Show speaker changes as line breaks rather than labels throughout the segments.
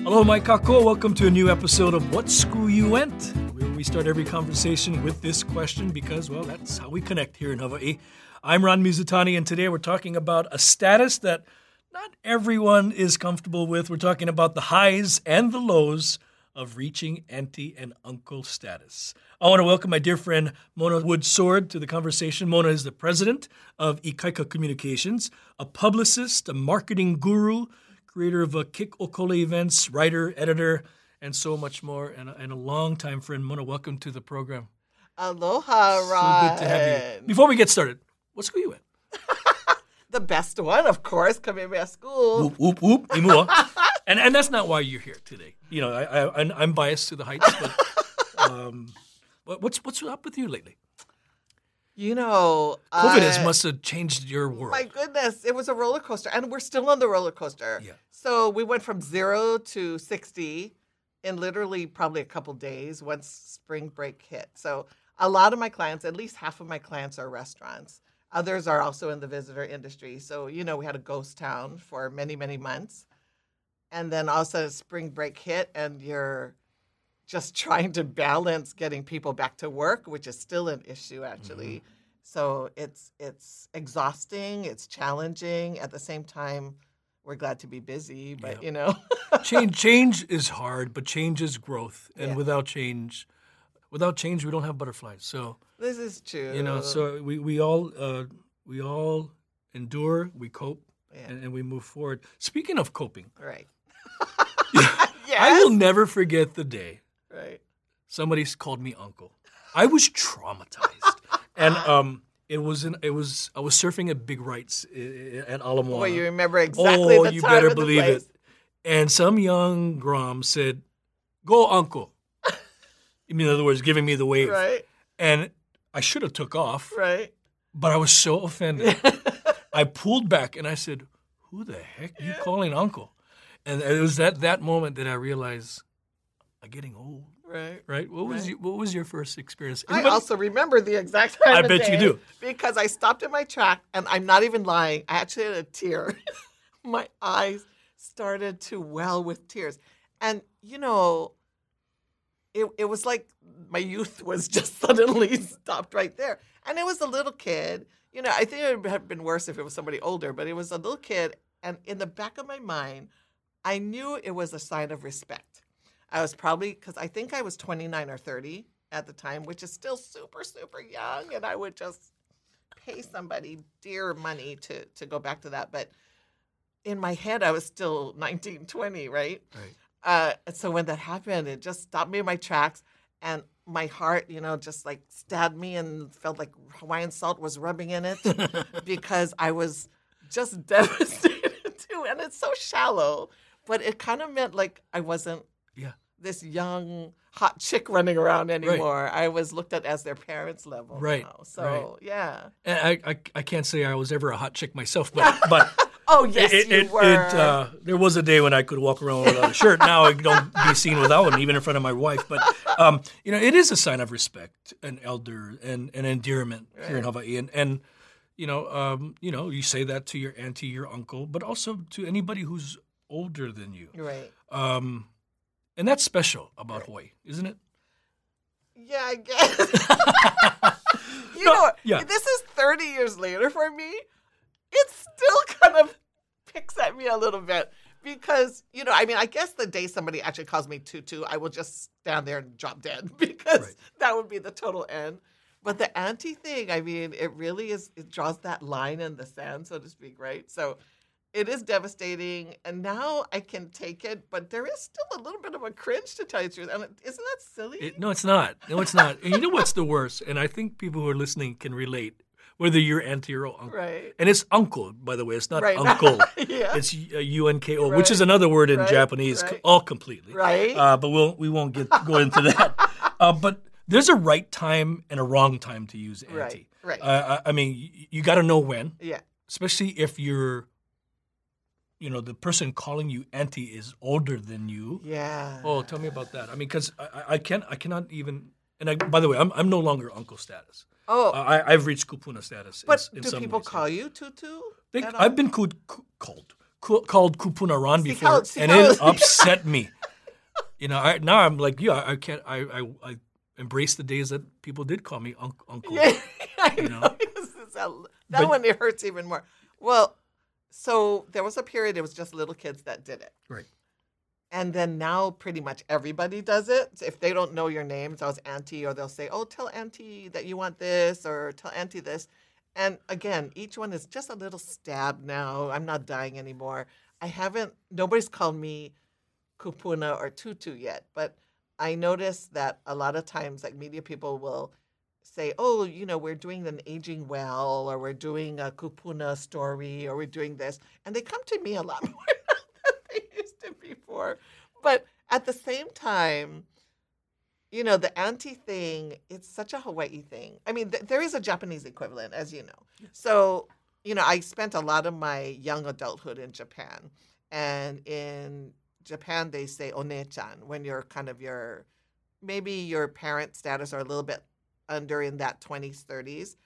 Hello, Mike Kako. Welcome to a new episode of What School You Went, where we start every conversation with this question because, well, that's how we connect here in Hawaii. I'm Ron Mizutani, and today we're talking about a status that not everyone is comfortable with. We're talking about the highs and the lows of reaching auntie and uncle status. I want to welcome my dear friend Mona Wood Sword to the conversation. Mona is the president of Ikaika Communications, a publicist, a marketing guru, creator of a Kick Okole events, writer, editor, and so much more, and a, and a longtime friend. Mona, welcome to the program.
Aloha,
So
Ron.
good to have you. Before we get started, what school you at?
The best one, of course, coming back to school.
Whoop, whoop, whoop, imua. and, and that's not why you're here today. You know, I, I, I'm- I'm biased to the heights, but um, what- what's, what's up with you lately?
You know,
COVID
I-
has must have changed your world.
Uh, My goodness, it was a roller coaster, and we're still on the roller coaster.
Yeah.
So we went from zero to sixty in literally probably a couple days once spring break hit. So a lot of my clients, at least half of my clients, are restaurants. Others are also in the visitor industry. So you know, we had a ghost town for many, many months, and then also spring break hit, and you're just trying to balance getting people back to work, which is still an issue actually.
Mm-hmm.
So it's it's exhausting, it's challenging. At the same time, we're glad to be busy, but
Yeah.
you know,
change, change is hard, but change is growth, and
Yeah.
without change, without change, we don't have butterflies. So
this is true.
you know, so we we all uh, we all endure, we cope,
Yeah.
and, and we move forward. Speaking of coping,
right.
I
yes.
will never forget the day
Right.
somebody called me uncle. I was traumatized, and um, it was in, it was I was surfing at Big Rights i- i- at Alamoana.
Well, you remember exactly
oh,
the
you
time
better
and the
believe
place.
it. And some young Grom said, "Go, uncle." I mean, in other words, giving me the wave.
Right.
And I should have took off,
Right.
but I was so offended. I pulled back and I said, "Who the heck you calling uncle?" And it was that that moment that I realized I'm getting old.
Right.
Right? What was your, what was your first experience?
I
Everybody-
also remember the exact time.
I
and
bet you
day
do.
Because I stopped in my track, and I'm not even lying. I actually had a tear. my eyes started to well with tears, and you know, it it was like my youth was just suddenly stopped right there. And it was a little kid. You know, I think it would have been worse if it was somebody older, but it was a little kid, and in the back of my mind, I knew it was a sign of respect. I was probably because I think I was 29 or 30 at the time, which is still super, super young. And I would just pay somebody dear money to to go back to that. But in my head, I was still 19, 20, right?
Right.
Uh, and so when that happened, it just stopped me in my tracks, and my heart, you know, just like stabbed me and felt like Hawaiian salt was rubbing in it because I was just devastated too. And it's so shallow, but it kind of meant like I wasn't
Yeah.
this young hot chick running around anymore. I was looked at as their parents level.
Right,
Now. So yeah.
And I, I I can't say I was ever a hot chick myself, but but
Oh yes,
it,
you
it,
were.
it uh, there was a day when I could walk around without a shirt. Now I don't be seen without one, even in front of my wife. But um, you know, it is a sign of respect and elder and, and endearment here in Hawaii. And and you know, um, you know, you say that to your auntie, your uncle, but also to anybody who's older than you.
right.
Um, and that's special about Hawaii, isn't it?
Yeah, I guess. you
No,
know,
yeah.
this is 30 years later for me. It still kind of picks at me a little bit because, you know, I mean, I guess the day somebody actually calls me tutu, I will just stand there and drop dead because
Right.
that would be the total end. But the anti thing, I mean, it really is, it draws that line in the sand, so to speak, right? So it is devastating. And now I can take it, but there is still a little bit of a cringe to tell you the truth. And isn't that silly?
It, no, it's not. No, it's not. And you know what's the worst? And I think people who are listening can relate, whether you're auntie or uncle.
Right.
And it's uncle, by the way. It's not
Right.
uncle.
Yeah.
It's uh, unko,
Right.
which is another word in
Right.
Japanese,
Right.
all completely.
Right.
Uh, but we'll, we won't get go into that. uh, but there's a right time and a wrong time to use anti.
Right, right.
Uh, I I mean, you, you got to know when,
yeah,
especially if you're, you know, the person calling you anti is older than you.
yeah.
Oh, tell me about that. I mean, because I, I- I can't, I cannot even. And I, by the way, I'm, I'm no longer uncle status.
Oh.
I, I- I've reached kupuna status. in
but
s- Uh, in
do
some
people
ways.
call you Tutu?
They,
at all?
I've been called cu- called cu- called kupuna ron
See
before,
how- see
and
how-
it upset me. You know, I, now I'm like, yeah, I can't. I, I, I embrace the days that people did call me unc- uncle.
Yeah, I
you
know.
know?
Yes, it's a- that
But-
one it hurts even more. Well, so there was a period it was just little kids that did it,
Right.
and then now pretty much everybody does it. So if they don't know your name, it's always auntie, or they'll say, "Oh, tell auntie that you want this," or "Tell auntie this." And again, each one is just a little stab. Now I'm not dying anymore. I haven't. Nobody's called me kupuna or tutu yet, but I noticed that a lot of times, like media people will say, "Oh, you know, we're doing an aging well, or we're doing a kupuna story, or we're doing this," and they come to me a lot more than they used to before. But at the same time, you know, the anti thing, it's such a Hawaii thing. I mean, th- there is a Japanese equivalent, as you know. So, you know, I spent a lot of my young adulthood in Japan. And in Japan, they say one-chan when you're kind of your, maybe your parent status or a little bit under in that 20s, 30s.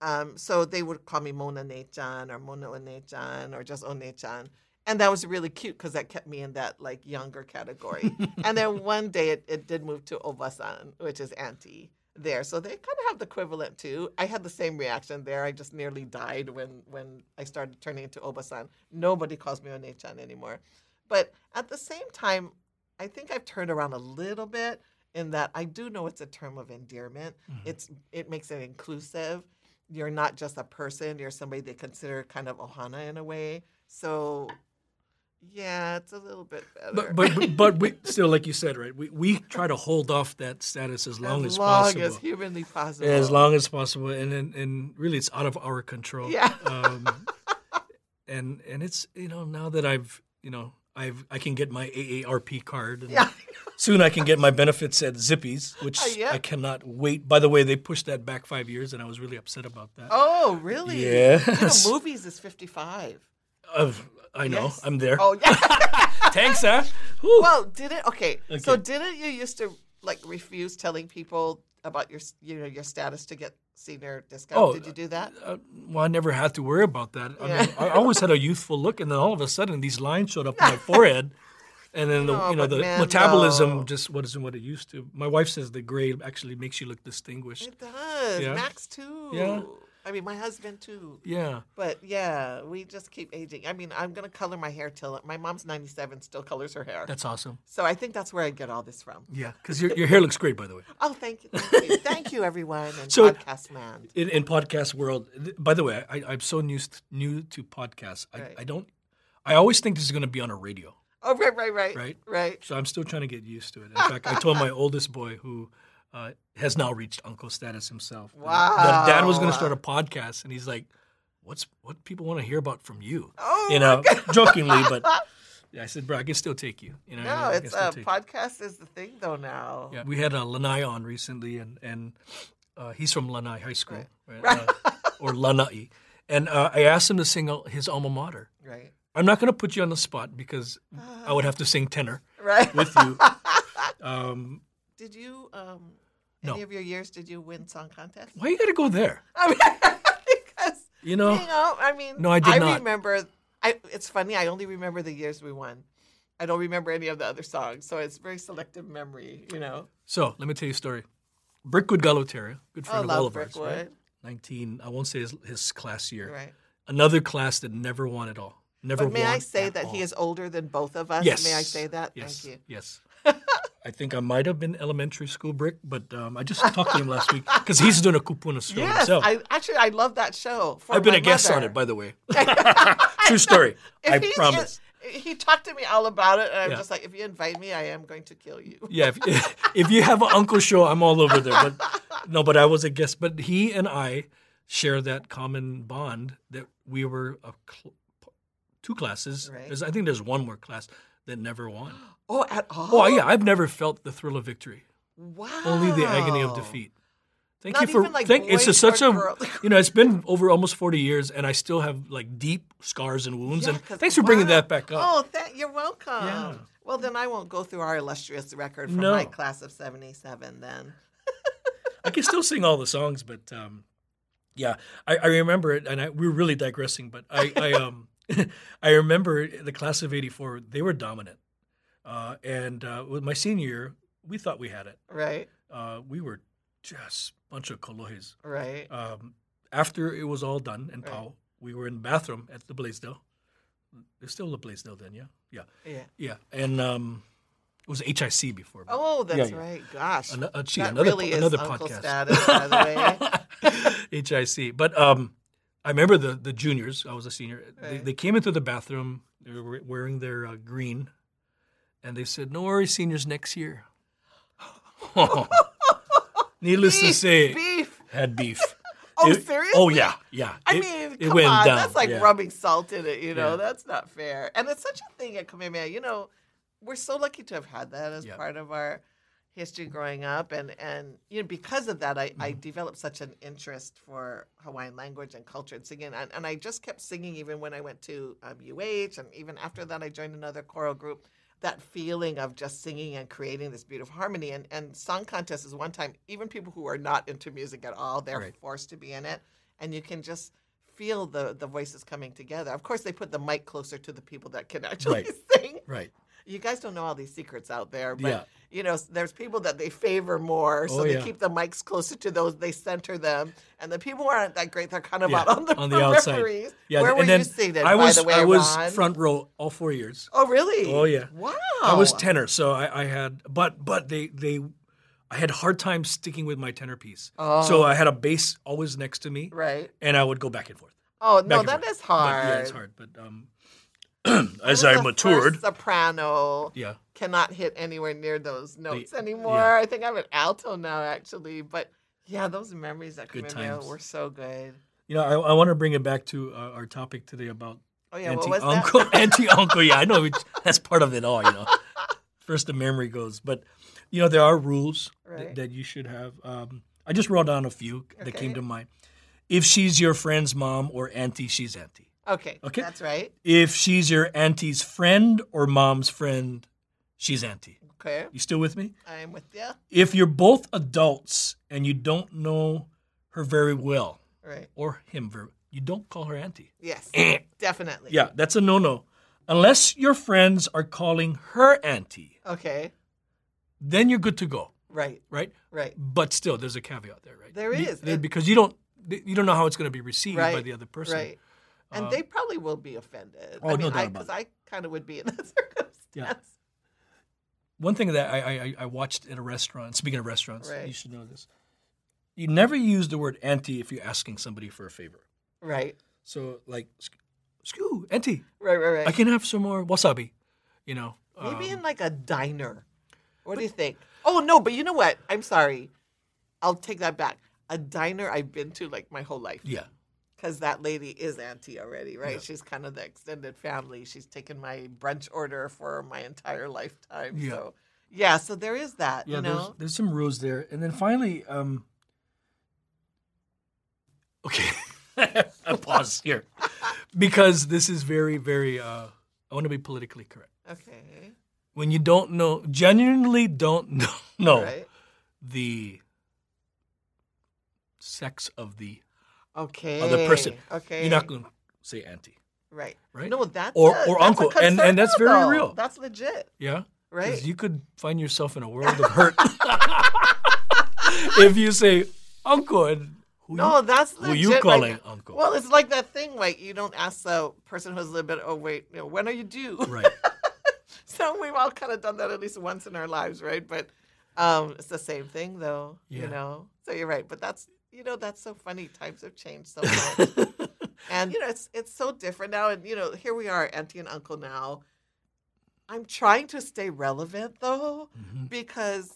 Um, so they would call me Mona Nechan or Mona Onechan or just Onechan. And that was really cute because that kept me in that like younger category. and then one day it, it did move to Obasan, which is auntie there. So they kind of have the equivalent too. I had the same reaction there. I just nearly died when, when I started turning into Obasan. Nobody calls me Onechan anymore. But at the same time, I think I've turned around a little bit in that I do know it's a term of endearment.
Mm-hmm.
It's it makes it inclusive. You're not just a person, you're somebody they consider kind of ohana in a way. So yeah, it's a little bit better.
But but but- but we still, like you said, right? We we try to hold off that status as long as,
as long
possible.
as humanly possible.
as long as possible, and and, and really, it's out of our control.
Yeah.
Um, and and it's you know now that I've you know I've I can get my AARP card. And
Yeah.
Soon I can get my benefits at Zippy's, which
Oh, yeah.
I cannot wait. By the way, they pushed that back five years, and I was really upset about that.
Oh, really? You know,
Yes.
movies is 55.
Uh, I know.
Yes.
I'm there.
Oh, yeah.
Thanks, sir. Whew.
well, didn't okay. So
Okay.
didn't you used to like refuse telling people about your s- you know your status to get senior discount?
Oh,
Did you do that?
uh, well, I never had to worry about that. I
Yeah.
mean, I always had a youthful look, and then all of a sudden, these lines showed up on my forehead, and then the,
No,
you know
Oh, but
the
man,
metabolism
no.
just wasn't what it used to. My wife says the gray actually makes you look distinguished.
It does.
Yeah.
Max too.
Yeah.
I mean, my husband too.
Yeah,
But yeah, we just keep aging. I mean, I'm gonna color my hair till my mom's 97, still colors her hair.
that's awesome.
so I think that's where I get all this from.
Yeah, because your your hair looks great, by the way.
Oh, thank you, thank you, thank you, everyone, and
So-
podcast man.
In, in podcast world, th- by the way, I, I'm so new new to podcasts. I,
Right.
I don't. I always think this is going to be on a radio.
Oh, right, right, right,
Right.
right.
So I'm still trying to get used to it. In fact, I told my oldest boy who uh, has now reached uncle status himself. that- That dad was going to
Wow.
start a podcast, and he's like, "What's what people want to hear about from you?"
Oh
you know, jokingly, but yeah, I said, "Bro, I can still take you." You know,
No,
I can
it's uh,
still
a
take you.
podcast is the thing though now.
Yeah, we had uh, Lanai on recently, and and uh, he's from Lanai High School, right? Uh, or Lanai, and uh, I asked him to sing uh, his alma mater.
Right,
I'm not going to put you on the spot because I would have to sing tenor
right.
with you. Um,
Did you um
No.
any of your years did you win song contest?
Why you gotta go there?
I mean, because
You know,
You know, I mean,
No, I did not.
remember. I it's funny. I only remember the years we won. I don't remember any of the other songs, so it's very selective memory. You know,
so let me tell you a story. Brickwood Galoteria, good friend of all
Oh,
of
love
ours. Right?
Brickwood.
19, I won't say his, his class year.
Right.
Another class that never won at all. Never
But may
won.
I say
at
that he
all.
is older than both of us?
Yes.
May I say that?
Yes.
Thank you.
Yes. I think I might have been elementary school brick, but um, I just talked to him last week because he's doing a kupuna show
Yes,
himself.
I actually I love that show. for
have been
my
a guest on
mother.
it, by the way. True story. I
he-
promise.
He talked to me all about it, and I'm
Yeah.
just like, if you invite me, I am going to kill you.
Yeah, if, if you have an uncle show, I'm all over there. But no, but I was a guest. But he and I share that common bond that we were a cl- two classes.
Right.
There's, I think there's one more class that never won.
Oh, at all?
Oh yeah, I've never felt the thrill of victory.
Wow.
Only the agony of defeat. Thank
Not
you for
even, like,
thank. It's a,
boys
such
or
a
girls.
you know. It's been over almost forty years, and I still have like deep scars and wounds.
Yeah,
and
'cause-
thanks for bringing
wow.
that back up.
Oh, thank you're welcome.
Yeah.
Well, then I won't go through our illustrious record from
No.
my class of 77 then.
I can still sing all the songs, but um, yeah, I, I remember it, and I, we're really digressing. But I, I um, I remember the class of '84. They were dominant, uh, and uh, with my senior year, we thought we had it.
Right?
Uh, we were just a bunch of kolohes.
Right.
Um, after it was all done in
Right.
Powell, we were in the bathroom at the Blaisdell. It's still the Blaisdell then, yeah, yeah,
Yeah.
yeah. And um, it was HIC before. but-
Oh, that's
yeah.
right. Gosh.
An- uh, gee,
that
another po-
really is
another
Uncle
podcast.
status, by the way.
HIC. But um, I remember the, the juniors, I was a senior, they,
Right.
they came into the bathroom, they were wearing their uh, green, and they said, No worries, seniors, next year. Needless to
Beef,
say,
beef.
had beef.
Oh,
It-
seriously?
Oh, yeah, yeah.
I
It-
mean,
it
come
went
on,
down,
that's like
yeah.
rubbing salt in it. You know,
Yeah.
that's not fair. And it's such a thing at Kamehameha. You know, we're so lucky to have had that as
Yeah.
part of our history growing up, and and you know, because of that, I, I
Mm-hmm.
developed such an interest for Hawaiian language and culture and singing, and, and I just kept singing even when I went to um, UH, and even after that, I joined another choral group. That feeling of just singing and creating this beautiful harmony, and and song contest is one time even people who are not into music at all, they're
Right.
forced to be in it, and you can just feel the the voices coming together. Of course, they put the mic closer to the people that can actually
Right.
sing.
Right.
You guys don't know all these secrets out there, but
Yeah.
you know, s- there's people that they favor more, so
Oh,
they
yeah.
keep the mics closer to those. They center them, and the people who aren't that great, they're kind of
Yeah,
out on the
on the outside.
peripheries.
Yeah,
Where
and
were
then
you seated?
I was
by the way,
I was
Ron?
front row all four years.
Oh, really?
Oh, yeah.
Wow.
I
Oh.
was tenor, so I, I had but but they they I had hard time sticking with my tenor piece. So
Oh.
I had a bass always next to me,
Right.
and I would go back and forth.
Oh
back
no,
and
that
forth.
is hard.
But, yeah, it's hard. But um,
I
as
was
I
the
matured,
first soprano.
yeah,
cannot hit anywhere near those notes anymore.
yeah.
I think I'm an alto now, actually. But yeah, those memories at
Good
Kamehameha
times.
were so good.
you know, I, I want to bring it back to uh, our topic today about
Oh yeah,
anti
what was
uncle,
that?
anti uncle. Yeah, I know which, that's part of it all. You know, first the memory goes, but you know there are rules th-
Right.
that you should have. Um, I just wrote down a few that came
Okay.
to mind. If she's your friend's mom or auntie, she's auntie.
Okay,
Okay.
that's right.
If she's your auntie's friend or mom's friend, she's auntie.
Okay,
You still with me?
I'm with you.
If you're both adults and you don't know her very well
Right.
or him very, you don't call her auntie.
Yes,
Eh.
definitely.
Yeah, that's a no no. Unless your friends are calling her auntie,
Okay.
then you're good to go,
Right.
right?
Right.
But still, there's a caveat there, right?
There
Be-
is.
there-
It-
because you don't you don't know how it's going to be received by
Right.
the other person. Um,
Right. And they probably will be offended.
Oh,
I
no
mean,
doubt
I,
about
Because I kind of would be in that circumstance.
One thing that I, I, I- I watched at a restaurant. Speaking of restaurants,
Right.
you should know this. You never use the word auntie if you're asking somebody for a favor.
Right.
So like, skew auntie,
Right. Right. Right.
I can have some more wasabi. You know,
Maybe
um,
in like a diner. What do you think? Oh no, but you know what? I'm sorry. I'll take that back. A diner I've been to like my whole life.
yeah,
Because that lady is auntie already, right?
Yeah.
She's kind of the extended family. She's taken my brunch order for my entire lifetime.
Yeah.
So yeah, so there is that,
yeah.
you
there's,
know?
there's some rules there, and then finally, um, okay, I pause here because this is very, very. Uh, I want to be politically correct.
Okay.
When you don't know, genuinely don't know, know
Right.
the sex of the
Okay.
other person.
Okay.
You're not going to say auntie.
Right.
right?
No, that's
Or-
a-
or
that's a
uncle, and- and
concern,
that's very
though.
real.
That's legit.
Yeah? 'Cause
Right.
you could find yourself in a world of hurt if you say uncle and who
No,
you,
that's
who
legit.
you
like-
calling uncle.
Well, it's like that thing, like you don't ask the person who's a little bit overweight, you know, when are you due?
Right.
So we've all kind of done that at least once in our lives, right? But um, it's the same thing, though.
Yeah.
You know. So you're right, but that's you know that's so funny. Times have changed so much, and you know it's it's so different now. And you know here we are, auntie and uncle now. I'm trying to stay relevant though, because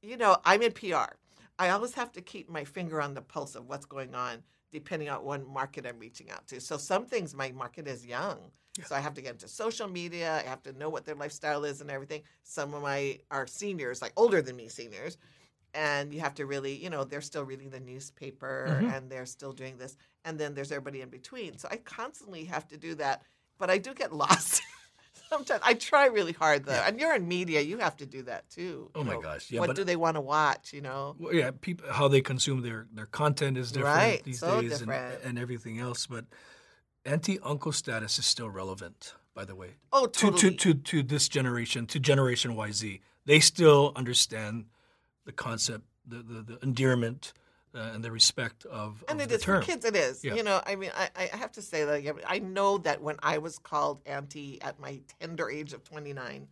you know I'm in PR. I always have to keep my finger on the pulse of what's going on, depending on what market I'm reaching out to. So some things my market is young. So I have to get into social media. I have to know what their lifestyle is and everything. Some of my are seniors, like older than me seniors, and you have to really, you know, they're still reading the newspaper
Mm-hmm.
and they're still doing this. And then there's everybody in between. So I constantly have to do that, but I do get lost. Sometimes I try really hard though, and you're in media. You have to do that too.
Oh,
you
my
know.
gosh. Yeah,
what
but-
do they want to watch? You know,
well, yeah, people, how they consume their, their content is different
Right,
these
so
days
different.
And, and everything else. But anti uncle status is still relevant, by the way,
oh,
Mm. to,
totally.
to, to, to this generation, to Generation YZ. They still understand the concept, the, the, the endearment, uh, and the respect of,
and
of
it
the
is
term.
for kids. It is.
Yeah.
You know, I mean, I, I have to say that yeah, I know that when I was called auntie at my tender age of twenty nine,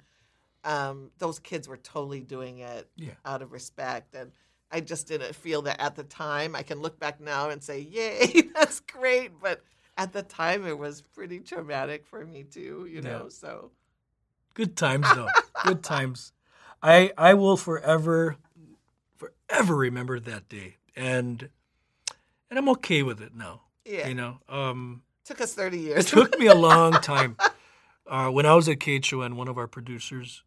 um, those kids were totally doing it
Yeah.
out of respect, and I just didn't feel that at the time. I can look back now and say, "Yay, that's great!" But at the time, it was pretty traumatic for me too. You know, so
Good times though. Good times. I I will forever forever remember that day. And and I'm okay with it now.
Yeah.
You know. Um
took us thirty years.
took me a long time. Uh, when I was at KHON, one of our producers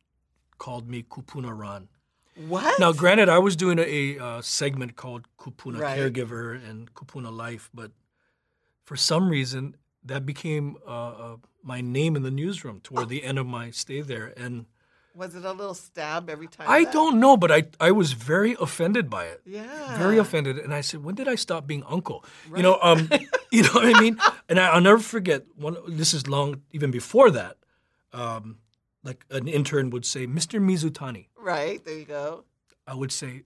called me Kupuna Ron.
what?
Now, granted, I was doing a, a uh, segment called Kupuna
Right.
Caregiver and Kupuna Life, but for some reason, that became uh, uh, my name in the newsroom toward
Oh.
the end of my stay there. And
was it a little stab every time?
I
that-
don't know, but I, I was very offended by it.
Yeah.
Very offended. And I said, when did I stop being uncle? You know, um, you know what I mean? And I, I'll never forget, one, this is long, even before that, um, like an intern would say, Mr. Mizutani.
Right there, you go.
I would say,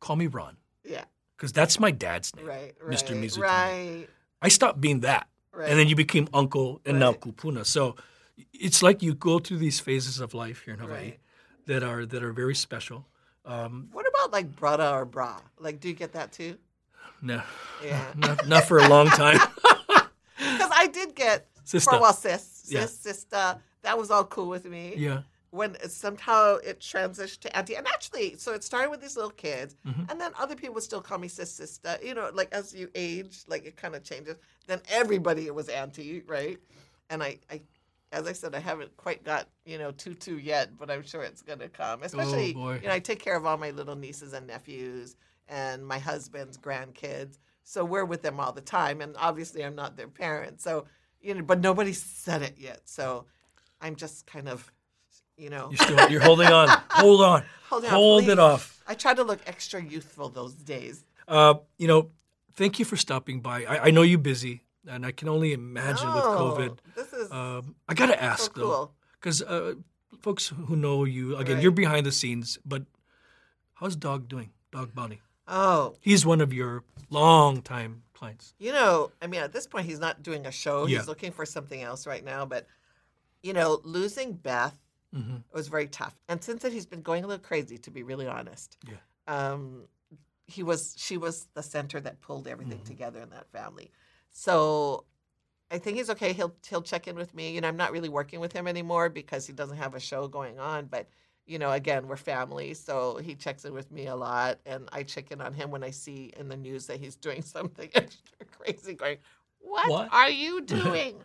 call me Ron,
Yeah.
because that's my dad's name,
Right. Right.
Mr. Mizutani.
Right.
I stopped being that.
Right.
And then you became uncle and now
Right.
kupuna. So it's like you go through these phases of life here in Hawaii
Right.
that are that are very special. Um,
What about like brada or bra? Like, do you get that too?
no,
Yeah.
not, not for a long time.
Because I did get for
Sister.
a while sis, sis,
Yeah.
sister. That was all cool with me.
yeah.
When it- somehow it transitioned to auntie, and actually, so it started with these little kids, and then other people would still call me sis, sister. You know, like as you age, like it kind of changes. Then everybody it was auntie, right? And I, I, as I said, I haven't quite got you know tutu yet, but I'm sure it's gonna come. Especially,
boy.
you know, I take care of all my little nieces and nephews and my husband's grandkids. So we're with them all the time. And obviously I'm not their parent. So, you know, but nobody said it yet. So I'm just kind of, you know,
You're still you're holding on. Hold on.
Hold on,
it
please.
off.
I try to look extra youthful those days.
Uh, you know, thank you for stopping by. I, I know you're busy, and I can only imagine with
Oh,
COVID.
This is
Um, I gotta ask
so
though.
cool.
because uh, folks who know you again,
Right.
you're behind the scenes. But how's Dog doing? Dog Bunny.
Oh,
He's one of your long-time clients.
you know, I mean, at this point, he's not doing a show.
Yeah.
He's looking for something else right now. But, you know, losing Beth
Mm-hmm.
was very tough. And since then, he's been going a little crazy, to be really honest.
Yeah.
Um, he was, she was the center that pulled
Mm-hmm.
everything together in that family. So I think he's okay. He'll he'll check in with me. You know, I'm not really working with him anymore because he doesn't have a show going on. But you know, again, we're family, so he checks in with me a lot, and I check in on him when I see in the news that he's doing something extra crazy. Going, what,
What?
are you doing?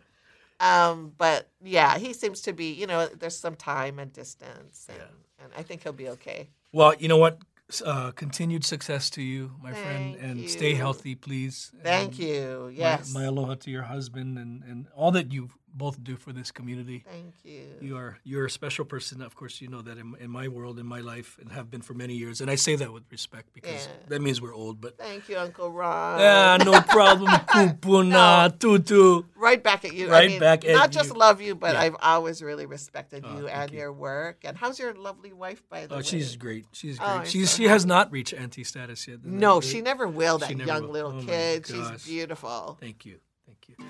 um, but yeah, he seems to be. You know, there's some time and distance, and, and I think he'll be okay.
Well, you know what? S- Uh, continued success to you, my friend,
Thank
and stay
you.
healthy, please.
Thank
And
you.
my-
Yes.
My, aloha to your husband and, and all that you both do for this community.
Thank you.
You are you're a special person. Of course, you know that in, in my world, in my life, and have been for many years. And I say that with respect because
Yeah. Oh.
that means we're old. But
Thank you, Uncle Ron.
yeah, no problem. Kupuna tutu.
right back at you.
Right
I mean,
back at
not just
you.
love you, but
Yeah.
I've always really respected
Oh,
you
thank
and
you.
your work. And how's your lovely wife, by the
Oh,
way?
she's great. She's
Oh,
great.
I'm
she's
so
she has not reached anti status yet. And
no,
that-
she never will. That
she never
young
will.
little
Oh, my
kid,
gosh.
she's beautiful.
Thank you. Thank you.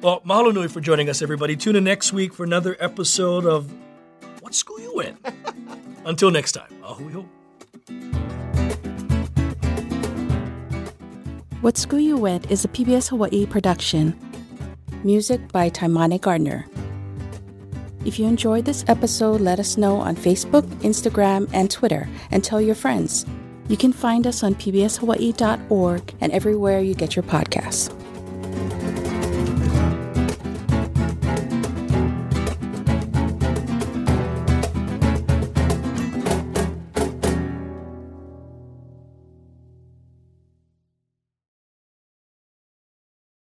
Well, mahalo nui for joining us, everybody. Tune in next week for another episode of What School You In. Until next time, ahuiho.
What School You Went is a PBS Hawaii production. Music by Taimane Gardner. If you enjoyed this episode, let us know on Facebook, Instagram, and Twitter, and tell your friends. You can find us on pbshawaii.org and everywhere you get your podcasts.